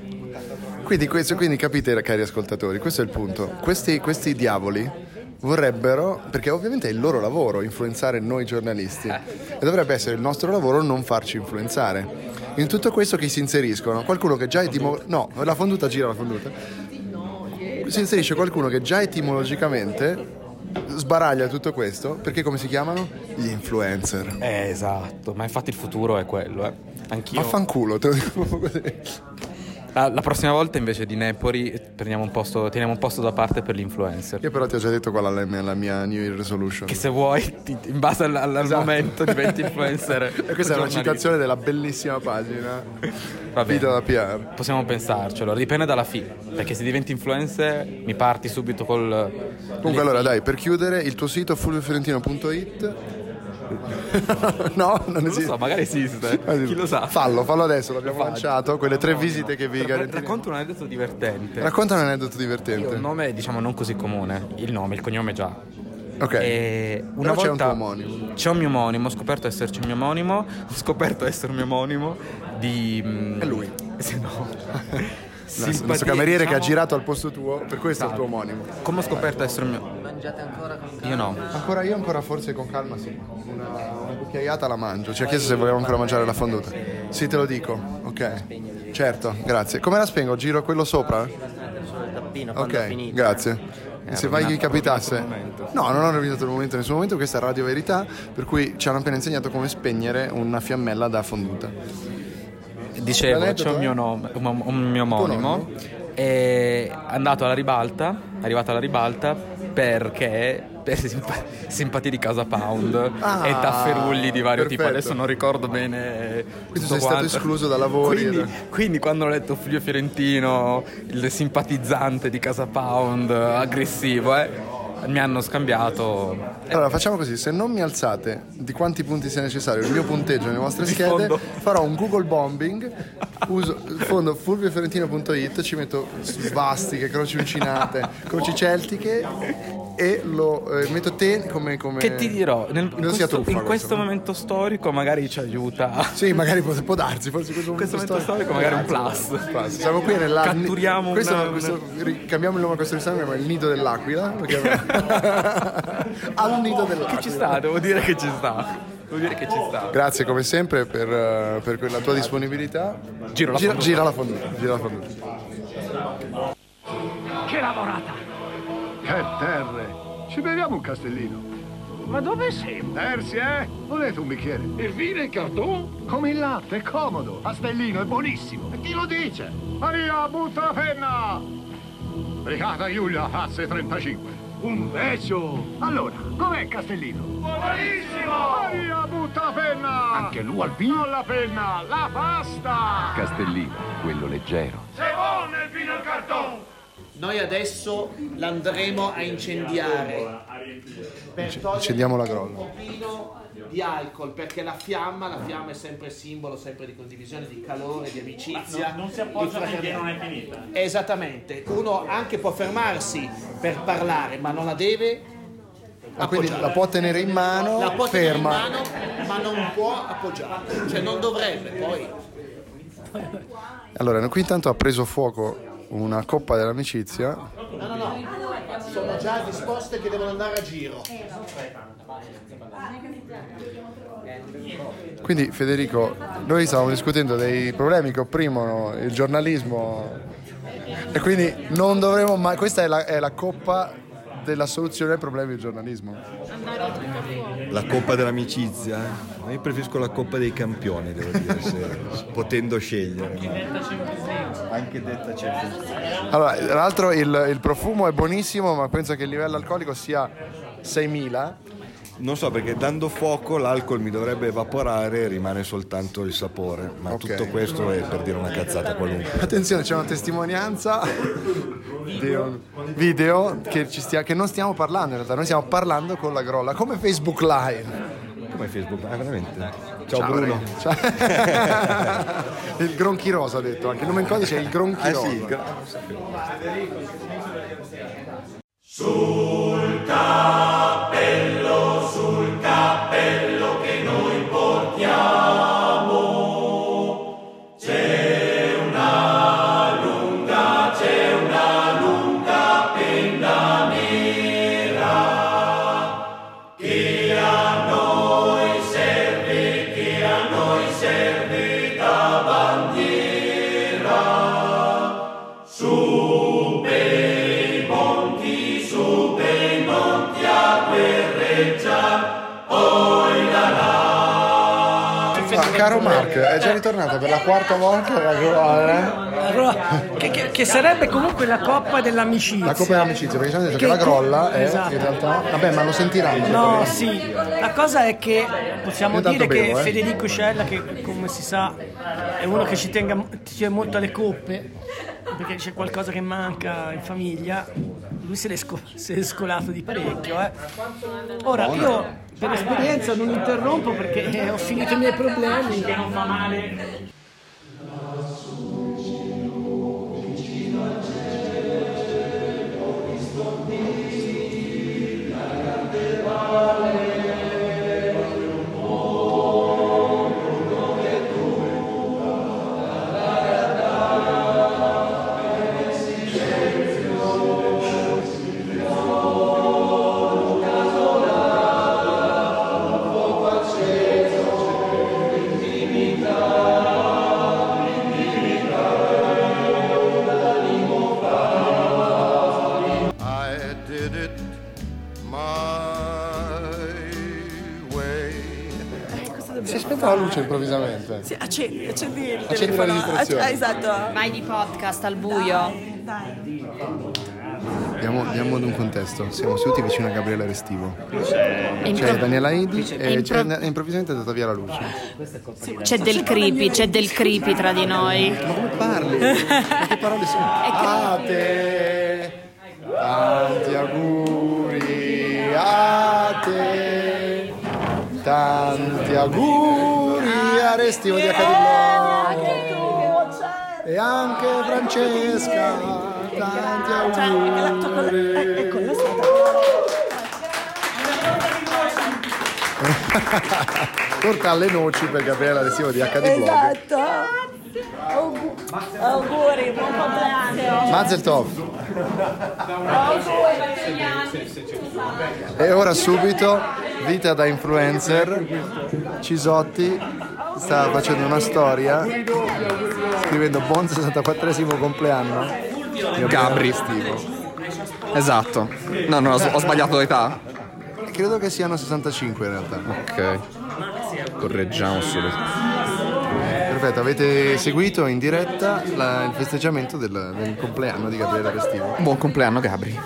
[SPEAKER 3] Quindi, questo, quindi capite, cari ascoltatori, questo è il punto. Questi, questi diavoli vorrebbero, perché ovviamente è il loro lavoro influenzare noi giornalisti e dovrebbe essere il nostro lavoro non farci influenzare. In tutto questo chi si inseriscono? Qualcuno che già è timo- No, la fonduta gira la fonduta. Si inserisce qualcuno che già etimologicamente sbaraglia tutto questo, perché come si chiamano? Gli influencer.
[SPEAKER 15] Eh, esatto, ma infatti il futuro è quello, eh. Anch'io.
[SPEAKER 3] Vaffanculo, te lo dico così.
[SPEAKER 15] La, la prossima volta invece di Nepori prendiamo un posto, teniamo un posto da parte per l'influencer.
[SPEAKER 3] Io però ti ho già detto qual è la mia, la mia New Year Resolution.
[SPEAKER 15] Che se vuoi, ti- in base al, al- al momento diventi influencer.
[SPEAKER 3] Esatto. E questa è una
[SPEAKER 15] giornalista.
[SPEAKER 3] citazione della bellissima pagina
[SPEAKER 15] Va bene.
[SPEAKER 3] Vita da PR.
[SPEAKER 15] Possiamo pensarcelo, dipende dalla fine. Perché se diventi influencer mi parti subito col.
[SPEAKER 3] Comunque allora dai, per chiudere il tuo sito fulviofiorentino.it No, non esiste.
[SPEAKER 15] so, magari esiste. Chi lo sa?
[SPEAKER 3] Fallo, fallo adesso, l'abbiamo
[SPEAKER 15] Fallo.
[SPEAKER 3] lanciato, quelle tre
[SPEAKER 15] No,
[SPEAKER 3] visite
[SPEAKER 15] no.
[SPEAKER 3] che vi
[SPEAKER 15] Ra-
[SPEAKER 3] garantite.
[SPEAKER 15] Racconta un aneddoto divertente.
[SPEAKER 3] Racconta un aneddoto divertente.
[SPEAKER 15] Io ho un nome, diciamo, non così comune. Il nome, il cognome già.
[SPEAKER 3] Ok.
[SPEAKER 15] E una
[SPEAKER 3] Però c'è un
[SPEAKER 15] volta
[SPEAKER 3] tuo omonimo.
[SPEAKER 15] C'è un mio omonimo, ho scoperto esserci un mio omonimo, ho scoperto essere un mio omonimo di... mm, È
[SPEAKER 3] lui.
[SPEAKER 15] Se no.
[SPEAKER 3] Il nostro cameriere
[SPEAKER 15] diciamo.
[SPEAKER 3] che ha girato al posto tuo, per questo è il tuo omonimo.
[SPEAKER 15] Come ho scoperto essere un mio...
[SPEAKER 5] Mangiate ancora con
[SPEAKER 15] Io no.
[SPEAKER 3] Ancora io, ancora forse con calma sì. Una, una cucchiaiata la mangio. Ci ha chiesto se volevamo ancora mangiare la fonduta. Sì, te lo dico. Ok. Certo, grazie. Come la spengo? Giro quello sopra?
[SPEAKER 16] il tappino quando è
[SPEAKER 3] Ok,
[SPEAKER 16] finito.
[SPEAKER 3] grazie. Se mai gli
[SPEAKER 16] rovinato-
[SPEAKER 3] capitasse. No, non ho rovinato il momento in nessun momento, questa è Radio Verità, per cui ci hanno appena insegnato come spegnere una fiammella da fonduta.
[SPEAKER 15] Dicevo, c'è
[SPEAKER 3] L'aneddoto,
[SPEAKER 15] un mio
[SPEAKER 3] eh?
[SPEAKER 15] nome, un, un mio
[SPEAKER 3] Tuo
[SPEAKER 15] omonimo, è andato alla ribalta, è arrivato alla ribalta perché per simpa- simpatie di Casa Pound
[SPEAKER 3] Ah,
[SPEAKER 15] e tafferugli di vario tipo,
[SPEAKER 3] perfetto.
[SPEAKER 15] adesso non ricordo bene
[SPEAKER 3] Quindi
[SPEAKER 15] tutto
[SPEAKER 3] sei stato
[SPEAKER 15] quanto.
[SPEAKER 3] escluso da lavori.
[SPEAKER 15] Quindi, quindi quando ho letto Fulvio Fiorentino, il simpatizzante di Casa Pound, aggressivo, eh, mi hanno scambiato
[SPEAKER 3] Eh, Allora facciamo così, se non mi alzate di quanti punti sia necessario il mio punteggio nelle vostre
[SPEAKER 15] Di
[SPEAKER 3] schede,
[SPEAKER 15] fondo.
[SPEAKER 3] farò un Google bombing, uso il fondo fulviofiorentino.it, ci metto svastiche, croci uncinate, croci celtiche e lo eh, metto te come... come-
[SPEAKER 15] Che ti dirò, nel- in,
[SPEAKER 3] non sia
[SPEAKER 15] questo,
[SPEAKER 3] truffa
[SPEAKER 15] in questo
[SPEAKER 3] questo.
[SPEAKER 15] momento storico magari ci aiuta.
[SPEAKER 3] Sì, magari può, può darsi, forse questo,
[SPEAKER 15] questo momento storico magari è un plus.
[SPEAKER 3] Plus. Siamo qui nella...
[SPEAKER 15] Catturiamo
[SPEAKER 3] questo,
[SPEAKER 15] una-
[SPEAKER 3] questo- ri- Cambiamo il nome a questo ristorante, ma il nido dell'aquila. lo chiamiamo. Al nido dell'aquila.
[SPEAKER 15] Che ci sta, Ah, devo dire che ci sta. Devo dire che ci sta.
[SPEAKER 3] Grazie come sempre per, eh, per quella tua disponibilità.
[SPEAKER 15] Giro la
[SPEAKER 3] gira,
[SPEAKER 15] fonduta.
[SPEAKER 3] gira la fonduta. Gira la fonduta.
[SPEAKER 17] Che lavorata! Che terre! Ci beviamo un castellino. Ma dove siamo? Persi, eh? Volete un bicchiere? Il vino e il carton? Come il latte, è comodo. Castellino è buonissimo. E chi lo dice? Maria, butta la penna! Brigata Giulia, classe 35. Un bacio! Allora, com'è Castellino? Buonissimo! Maria, butta la penna!
[SPEAKER 18] Anche lui al
[SPEAKER 17] vino? Non la penna, la pasta!
[SPEAKER 18] Castellino, quello leggero.
[SPEAKER 17] Se buono il vino al cartone!
[SPEAKER 19] Noi adesso l'andremo a incendiare per togliere
[SPEAKER 3] Accendiamo la
[SPEAKER 19] un
[SPEAKER 3] grolla.
[SPEAKER 19] pochino di alcol perché la fiamma, la fiamma è sempre simbolo sempre di condivisione, di calore, di amicizia.
[SPEAKER 6] Ma no- non si appoggia
[SPEAKER 19] di
[SPEAKER 6] finché
[SPEAKER 19] fratellanza.
[SPEAKER 6] non è finita.
[SPEAKER 19] Esattamente, uno anche può fermarsi per parlare ma non la deve
[SPEAKER 3] Ah, quindi la può tenere in mano,
[SPEAKER 19] la può tenere in
[SPEAKER 3] Eh, ferma.
[SPEAKER 19] mano ma non può appoggiare, cioè non dovrebbe poi.
[SPEAKER 3] Allora, qui intanto ha preso fuoco una coppa dell'amicizia.
[SPEAKER 19] No, no, no, sono già disposte che devono andare a giro.
[SPEAKER 3] Quindi, Federico, noi stavamo discutendo dei problemi che opprimono il giornalismo. E quindi non dovremmo mai. Questa è la, è la coppa della soluzione ai problemi del giornalismo.
[SPEAKER 20] La coppa dell'amicizia? eh? Io preferisco la coppa dei campioni, devo dire, se, potendo scegliere. ma- Anche detta circostanza.
[SPEAKER 3] Allora, tra l'altro il, il profumo è buonissimo, ma penso che il livello alcolico sia 6000.
[SPEAKER 20] Non so perché dando fuoco l'alcol mi dovrebbe evaporare e rimane soltanto il sapore, ma tutto questo è per dire una cazzata qualunque.
[SPEAKER 3] Attenzione, c'è una testimonianza di un video che, ci stia- che non stiamo parlando in realtà, noi stiamo parlando con la grolla, come Facebook Live.
[SPEAKER 20] Come Facebook? Ah, veramente? Ciao, Bruno.
[SPEAKER 3] Renzo. Ciao. il gronchiroso ha detto anche, il nome in codice è il
[SPEAKER 20] Ah
[SPEAKER 3] gronchiroso.
[SPEAKER 20] sì, il gra-
[SPEAKER 11] Sul cappello, sul cappello che noi portiamo c'è una lunga, c'è una lunga penna nera che a noi serve, che a noi serve da bandiera. Su per i monti, su per i monti a guerreggiar, poi la
[SPEAKER 3] Ah, caro Mark, è già ritornato per la quarta volta la grolla. eh?
[SPEAKER 14] Allora, che, che- che sarebbe comunque la coppa dell'amicizia.
[SPEAKER 3] La coppa dell'amicizia, perché ci hanno detto che, la grolla è
[SPEAKER 14] Esatto.
[SPEAKER 3] in realtà. Vabbè, ma lo sentiranno.
[SPEAKER 14] No,
[SPEAKER 3] Eh.
[SPEAKER 14] sì, la cosa è che possiamo
[SPEAKER 3] Io tanto
[SPEAKER 14] dire che
[SPEAKER 3] bevo, eh.
[SPEAKER 14] Federico Scella, che come si sa è uno che ci tenga ci tiene molto alle coppe, perché c'è qualcosa che manca in famiglia, lui se l'è, sco- se l'è scolato di parecchio. eh. Ora, io per esperienza non interrompo perché eh, ho finito i miei problemi.
[SPEAKER 21] I did it my way.
[SPEAKER 3] Si è spenta la luce improvvisamente.
[SPEAKER 22] Sì, accendi, accendi il
[SPEAKER 3] Accendi la
[SPEAKER 22] telefono.
[SPEAKER 3] registrazione.
[SPEAKER 22] Ah, esatto. Vai di podcast al buio.
[SPEAKER 3] Diamo, diamo ad un contesto. Siamo seduti vicino a Gabriele Restivo.
[SPEAKER 22] È
[SPEAKER 3] C'è
[SPEAKER 22] impro-
[SPEAKER 3] Daniela Idi
[SPEAKER 22] Qui c'è-
[SPEAKER 3] e
[SPEAKER 22] è impro-
[SPEAKER 3] c'è- è improvvisamente è andata via la luce.
[SPEAKER 22] C'è del creepy, c'è del creepy tra di noi. Ma
[SPEAKER 3] come parli? che parole sono? A te, tanti auguri a te, tanti auguri a Restivo di Accadillo e anche Francesca, tanti auguri. Torta alle noci per Gabriele Restivo di HD Blog.
[SPEAKER 11] Esatto. Augu- auguri, buon compleanno.
[SPEAKER 3] Mazel tov. E ora subito, vita da influencer, Cisotti sta facendo una storia scrivendo buon 64esimo compleanno. Mio
[SPEAKER 12] Gabri.
[SPEAKER 3] Steve.
[SPEAKER 12] Esatto. No, no, ho s- ho sbagliato l'età.
[SPEAKER 3] Credo che siano 65 in realtà.
[SPEAKER 12] Ok. Correggiamo solo.
[SPEAKER 3] Per perfetto, avete seguito in diretta la- il festeggiamento del, del compleanno di Gabriele Restivo.
[SPEAKER 12] Buon compleanno, Gabri.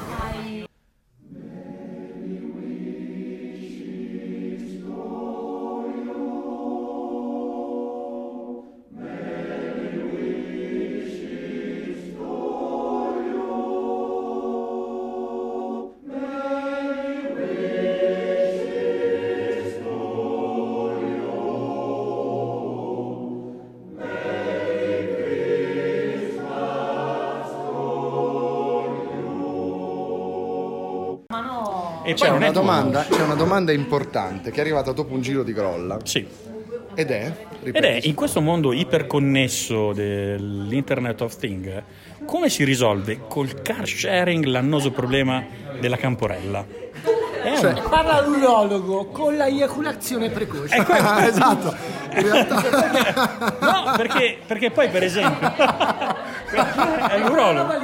[SPEAKER 6] E
[SPEAKER 3] C'è
[SPEAKER 6] poi non
[SPEAKER 3] una,
[SPEAKER 6] è tuo.
[SPEAKER 3] domanda, c'è una domanda importante che è arrivata dopo un giro di grolla.
[SPEAKER 6] Sì.
[SPEAKER 3] Ed è?
[SPEAKER 6] Ed è in questo mondo iperconnesso dell'Internet of Things, come si risolve col car sharing l'annoso problema della camporella?
[SPEAKER 14] Cioè, parla l'urologo con la eiaculazione precoce. Ah,
[SPEAKER 3] esatto.
[SPEAKER 6] No, perché, perché poi per esempio... è l'urologo.
[SPEAKER 14] eh,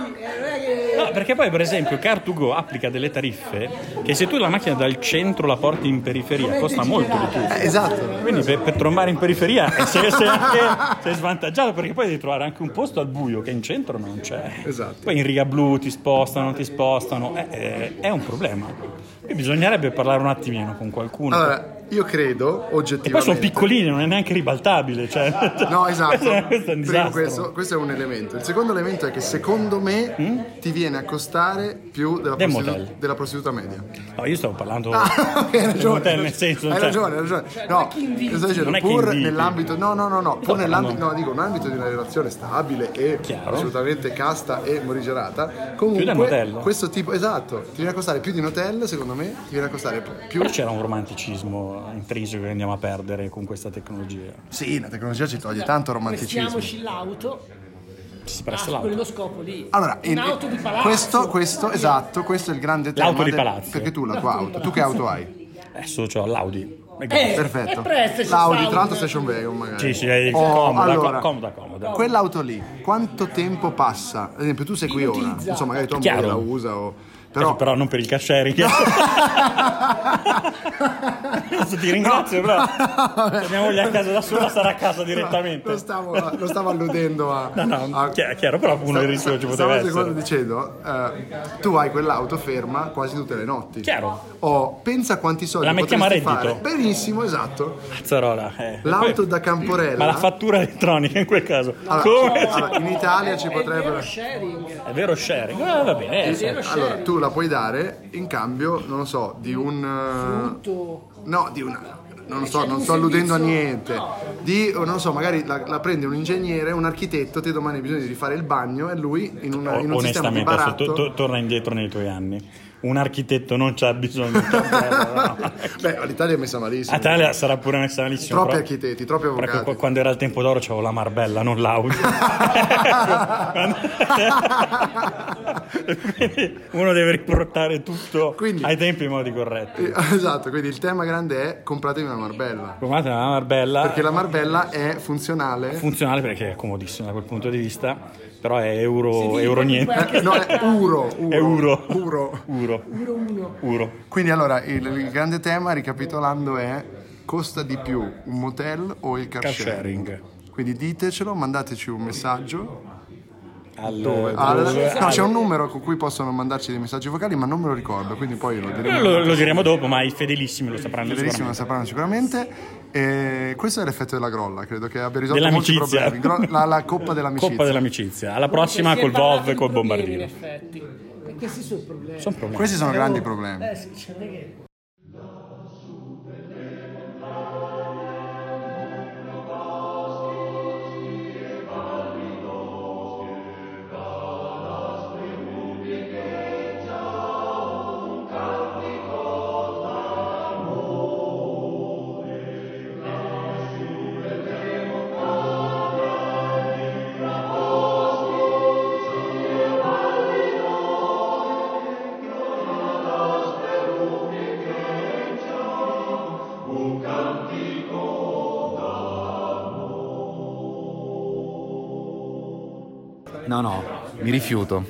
[SPEAKER 6] No, perché poi per esempio Car2Go applica delle tariffe che se tu la macchina dal centro la porti in periferia costa molto di più.
[SPEAKER 3] Eh, esatto.
[SPEAKER 6] Quindi per, per trombare in periferia eh, sei, sei anche- sei svantaggiato perché poi devi trovare anche un posto al buio che in centro non c'è.
[SPEAKER 3] Esatto.
[SPEAKER 6] Poi in riga blu ti spostano, non ti spostano, eh, eh, è un problema. Quindi bisognerebbe parlare un attimino con qualcuno.
[SPEAKER 3] Allora, io credo oggettivamente...
[SPEAKER 6] e poi sono piccolini, non è neanche ribaltabile. Cioè,
[SPEAKER 3] No, esatto.
[SPEAKER 6] questo, è un
[SPEAKER 3] Primo
[SPEAKER 6] disastro. Mm?
[SPEAKER 3] questo, questo è un elemento. Il secondo elemento è che secondo me ti viene a costare più della,
[SPEAKER 6] Del
[SPEAKER 3] prostitu-
[SPEAKER 6] motel.
[SPEAKER 3] della prostituta media.
[SPEAKER 6] No, io stavo parlando
[SPEAKER 3] Ah, Hai
[SPEAKER 6] del motel,
[SPEAKER 3] ragione.
[SPEAKER 6] nel senso,
[SPEAKER 3] hai
[SPEAKER 6] cioè-
[SPEAKER 3] ragione, hai ragione. No, cosa sto dicendo,
[SPEAKER 6] Non è che
[SPEAKER 3] pur
[SPEAKER 6] inviti.
[SPEAKER 3] nell'ambito, no, no, no, no, pur
[SPEAKER 6] No,
[SPEAKER 3] nell'ambito, no, dico, nell'ambito di una relazione stabile e assolutamente casta e morigerata,
[SPEAKER 6] Più
[SPEAKER 3] comunque,
[SPEAKER 6] del motel.
[SPEAKER 3] questo tipo, esatto, ti viene a costare più di un hotel, secondo me, ti viene a costare più.
[SPEAKER 6] Però c'era un romanticismo intrinseco che andiamo a perdere con questa tecnologia.
[SPEAKER 3] Sì, la tecnologia ci toglie tanto romanticismo.
[SPEAKER 14] Prestiamoci l'auto
[SPEAKER 6] Si
[SPEAKER 14] ah,
[SPEAKER 6] presta
[SPEAKER 14] con
[SPEAKER 6] l'auto.
[SPEAKER 14] lo scopo lì.
[SPEAKER 3] Allora, in-
[SPEAKER 14] Un'auto di palazzo.
[SPEAKER 3] questo, questo, esatto, questo è il grande tema.
[SPEAKER 6] L'auto di
[SPEAKER 3] del-
[SPEAKER 6] palazzo.
[SPEAKER 3] Perché tu la tua
[SPEAKER 14] L'auto di
[SPEAKER 3] auto, tu che auto hai?
[SPEAKER 6] Adesso ho l'Audi.
[SPEAKER 14] Eh,
[SPEAKER 3] Perfetto.
[SPEAKER 14] e presto ci
[SPEAKER 3] L'Audi,
[SPEAKER 14] salva.
[SPEAKER 3] tra l'altro station wagon magari.
[SPEAKER 6] Sì, sì, è
[SPEAKER 3] Oh,
[SPEAKER 6] comoda, co-
[SPEAKER 3] allora,
[SPEAKER 6] comoda, comoda.
[SPEAKER 3] Quell'auto lì, quanto tempo passa? Ad esempio, tu sei qui ora, non so, magari tua moglie
[SPEAKER 6] Chiaro.
[SPEAKER 3] la usa o...
[SPEAKER 6] Però... però non per il cash sharing. Adesso ti ringrazio, però. Se mia moglie è a casa da sola sarà a casa direttamente.
[SPEAKER 3] Lo stavo, lo stavo alludendo a...
[SPEAKER 6] No, no, chi- chiaro, però uno
[SPEAKER 3] Stavo-
[SPEAKER 6] dei rischio ci
[SPEAKER 3] stavo
[SPEAKER 6] poteva essere.
[SPEAKER 3] secondo dicendo, eh, tu hai quell'auto ferma quasi tutte le notti.
[SPEAKER 6] Chiaro.
[SPEAKER 3] Oh, pensa quanti soldi
[SPEAKER 6] La mettiamo a
[SPEAKER 3] potresti
[SPEAKER 6] reddito.
[SPEAKER 3] fare. Benissimo, esatto.
[SPEAKER 6] Cazzarola, eh.
[SPEAKER 3] L'auto
[SPEAKER 6] Poi-
[SPEAKER 3] da Camporella.
[SPEAKER 6] Ma la fattura elettronica in quel caso.
[SPEAKER 3] Allora, diciamo,
[SPEAKER 6] Come?
[SPEAKER 3] allora, in Italia ci potrebbero...
[SPEAKER 6] È vero sharing? Ah, va bene. eh, sì.
[SPEAKER 3] Allora, tu la puoi dare in cambio, non lo so, di un. eh, No, di una. Non, lo so, non sto alludendo a niente. Di, oh, non lo so, magari la, la prende un ingegnere, un architetto, te domani hai bisogno di rifare il bagno e lui in, una- in
[SPEAKER 6] O-
[SPEAKER 3] un sistema di
[SPEAKER 6] onestamente, adesso to-
[SPEAKER 3] baratto.
[SPEAKER 6] to- torna indietro nei tuoi anni. Un architetto non c'ha bisogno di camperla, no.
[SPEAKER 3] Beh, l'Italia è messa malissimo.
[SPEAKER 6] A Italia sarà pure messa malissimo.
[SPEAKER 3] Troppi
[SPEAKER 6] però-
[SPEAKER 3] architetti, troppi
[SPEAKER 6] però
[SPEAKER 3] avvocati.
[SPEAKER 6] qu- quando era il tempo d'oro c'avevo la Marbella, non l'Audi. Quindi Uno deve riportare tutto ai tempi e ai modi corretti.
[SPEAKER 3] Eh, Esatto, quindi il tema grande è compratevi una marbella.
[SPEAKER 6] Comandate la Marbella.
[SPEAKER 3] Perché la marbella è funzionale.
[SPEAKER 6] Funzionale perché è comodissimo da quel punto di vista, però è euro, euro
[SPEAKER 3] Eh,
[SPEAKER 6] niente.
[SPEAKER 3] no, è uro. uro.
[SPEAKER 6] È euro.
[SPEAKER 3] Uro.
[SPEAKER 6] Uro. Uro.
[SPEAKER 3] Quindi allora il, il grande tema, ricapitolando, è costa di più un motel o il car,
[SPEAKER 6] Car
[SPEAKER 3] sharing? Quindi ditecelo, mandateci un messaggio.
[SPEAKER 6] Al-
[SPEAKER 3] Dove?
[SPEAKER 6] dove-
[SPEAKER 3] Al- no,
[SPEAKER 6] al-
[SPEAKER 3] c'è un numero con cui possono mandarci dei messaggi vocali, ma non me lo ricordo, quindi poi lo diremo.
[SPEAKER 6] Lo, lo diremo dopo, ma i fedelissimi lo sapranno.
[SPEAKER 3] Verissimo, lo
[SPEAKER 6] sicuramente.
[SPEAKER 3] sapranno sicuramente. E questo è l'effetto della grolla, credo che abbia risolto molti
[SPEAKER 6] Dell'amicizia.
[SPEAKER 3] problemi. Gro- la, la coppa dell'amicizia.
[SPEAKER 6] Coppa dell'amicizia. Alla prossima col Vov e col Bombardino.
[SPEAKER 14] In effetti. E questi sono problemi.
[SPEAKER 6] Sono problemi.
[SPEAKER 3] Questi sono grandi problemi.
[SPEAKER 14] Eh, sì, cioè, non è che-
[SPEAKER 12] No, no, mi rifiuto.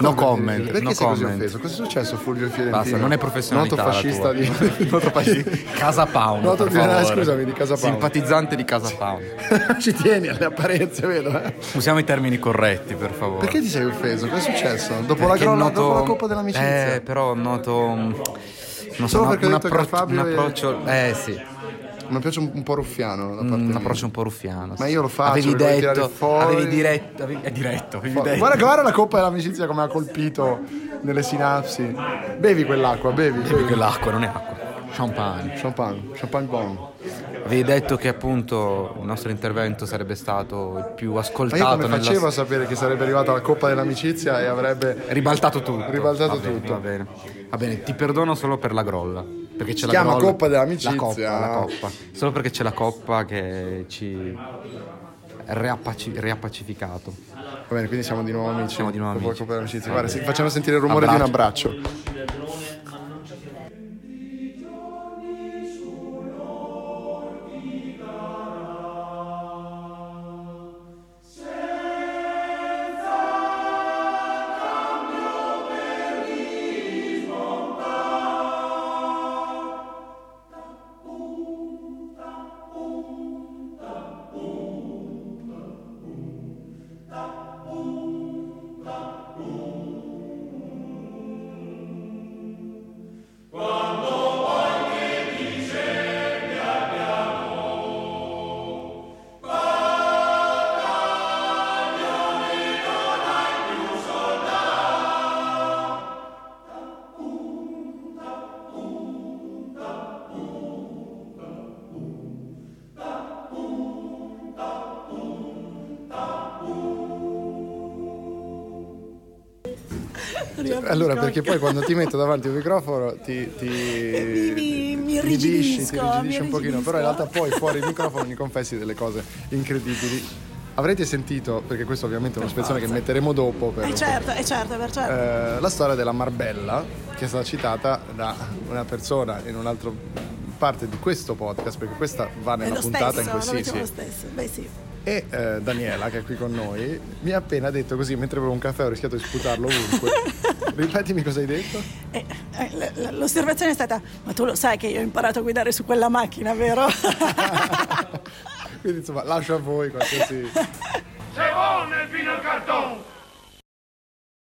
[SPEAKER 12] No comment.
[SPEAKER 3] Perché
[SPEAKER 12] No
[SPEAKER 3] sei così
[SPEAKER 12] comment.
[SPEAKER 3] offeso? Cosa è successo a Fulvio Fiorentino?
[SPEAKER 12] Basta, non è professionalità
[SPEAKER 3] Noto
[SPEAKER 12] la
[SPEAKER 3] fascista
[SPEAKER 12] tua.
[SPEAKER 3] di... noto fascista.
[SPEAKER 12] Casa Pound.
[SPEAKER 3] Noto
[SPEAKER 12] per
[SPEAKER 3] di-
[SPEAKER 12] favore.
[SPEAKER 3] scusami, di Casa Pound.
[SPEAKER 12] Simpatizzante di Casa Pound.
[SPEAKER 3] Ci tieni alle apparenze, vero? eh?
[SPEAKER 12] Usiamo i termini corretti, per favore.
[SPEAKER 3] Perché ti sei offeso? Cosa è successo? Dopo, la,
[SPEAKER 12] Perché
[SPEAKER 3] grolla,
[SPEAKER 12] noto-
[SPEAKER 3] dopo la Coppa dell'Amicizia?
[SPEAKER 12] Eh, però noto. mm, Non so,
[SPEAKER 3] Solo
[SPEAKER 12] una-
[SPEAKER 3] perché ho
[SPEAKER 12] un,
[SPEAKER 3] detto che
[SPEAKER 12] approc-
[SPEAKER 3] Fabio
[SPEAKER 12] un
[SPEAKER 3] è-
[SPEAKER 12] approccio. Eh sì.
[SPEAKER 3] Mi piace un, un po' ruffiano da parte
[SPEAKER 12] Un
[SPEAKER 3] mia.
[SPEAKER 12] Mm, approccio un po' ruffiano.
[SPEAKER 3] Ma
[SPEAKER 12] sì.
[SPEAKER 3] io lo faccio,
[SPEAKER 12] Avevi
[SPEAKER 3] lo voglio tirare
[SPEAKER 12] detto.
[SPEAKER 3] fuori.
[SPEAKER 12] Avevi diretto. Avevi, è diretto. Avevi
[SPEAKER 3] Guarda,
[SPEAKER 12] detto.
[SPEAKER 3] guarda la Coppa dell'Amicizia come ha colpito nelle sinapsi. Bevi quell'acqua, bevi.
[SPEAKER 12] Bevi quell'acqua, non è acqua. Champagne.
[SPEAKER 3] Champagne, champagne bon.
[SPEAKER 15] Avevi detto che appunto il nostro intervento sarebbe stato il più
[SPEAKER 3] Ma io
[SPEAKER 15] ascoltato
[SPEAKER 3] come
[SPEAKER 15] nella
[SPEAKER 3] facevo a sapere che sarebbe arrivata la Coppa dell'Amicizia e avrebbe
[SPEAKER 15] Ribaltato tutto.
[SPEAKER 3] Ribaltato
[SPEAKER 15] Va bene,
[SPEAKER 3] tutto.
[SPEAKER 15] va bene. Va bene, ti perdono solo per la grolla. Perché c'è
[SPEAKER 3] Si
[SPEAKER 15] la
[SPEAKER 3] chiama
[SPEAKER 15] grolla-
[SPEAKER 3] Coppa dell'Amicizia.
[SPEAKER 15] La coppa, la coppa. Solo perché c'è la coppa che ci ha reappaci- riappacificato.
[SPEAKER 3] Va bene, quindi siamo di nuovo amici.
[SPEAKER 15] Siamo di nuovo
[SPEAKER 3] Dopo la
[SPEAKER 15] amici.
[SPEAKER 3] Coppa dell'Amicizia.
[SPEAKER 15] Va
[SPEAKER 3] Guarda,
[SPEAKER 15] bene.
[SPEAKER 3] sì, facciamo sentire il rumore di un abbraccio. Cioè, Allora, perché poi quando ti metto davanti un microfono ti. ti
[SPEAKER 5] mi-
[SPEAKER 3] rigidisci,
[SPEAKER 5] mi
[SPEAKER 3] ti
[SPEAKER 5] irrigidisco, mi
[SPEAKER 3] rigidisci un pochino.
[SPEAKER 5] irrigidisco.
[SPEAKER 3] Però in realtà poi fuori il microfono mi confessi delle cose incredibili. Avrete sentito, perché questo ovviamente è una spezzone che metteremo dopo. Per,
[SPEAKER 1] Eh certo, eh certo, per certo.
[SPEAKER 3] Eh, la storia della Marbella, che è stata citata da una persona in un'altra parte di questo podcast, perché questa va
[SPEAKER 1] è
[SPEAKER 3] nella
[SPEAKER 1] lo
[SPEAKER 3] puntata
[SPEAKER 1] stesso,
[SPEAKER 3] in cui
[SPEAKER 1] lo
[SPEAKER 3] sì,
[SPEAKER 1] mettiamo lo
[SPEAKER 3] sì.
[SPEAKER 1] stesso. Beh sì.
[SPEAKER 3] E eh, Daniela, che è qui con noi, mi ha appena detto così, mentre bevo un caffè ho rischiato di sputarlo ovunque. Ripetimi cosa hai detto?
[SPEAKER 1] Eh, l- l- L'osservazione è stata, ma tu lo sai che io ho imparato a guidare su quella macchina, vero?
[SPEAKER 3] Quindi insomma lascio a voi qualsiasi...
[SPEAKER 17] Se vuole il vino al cartone,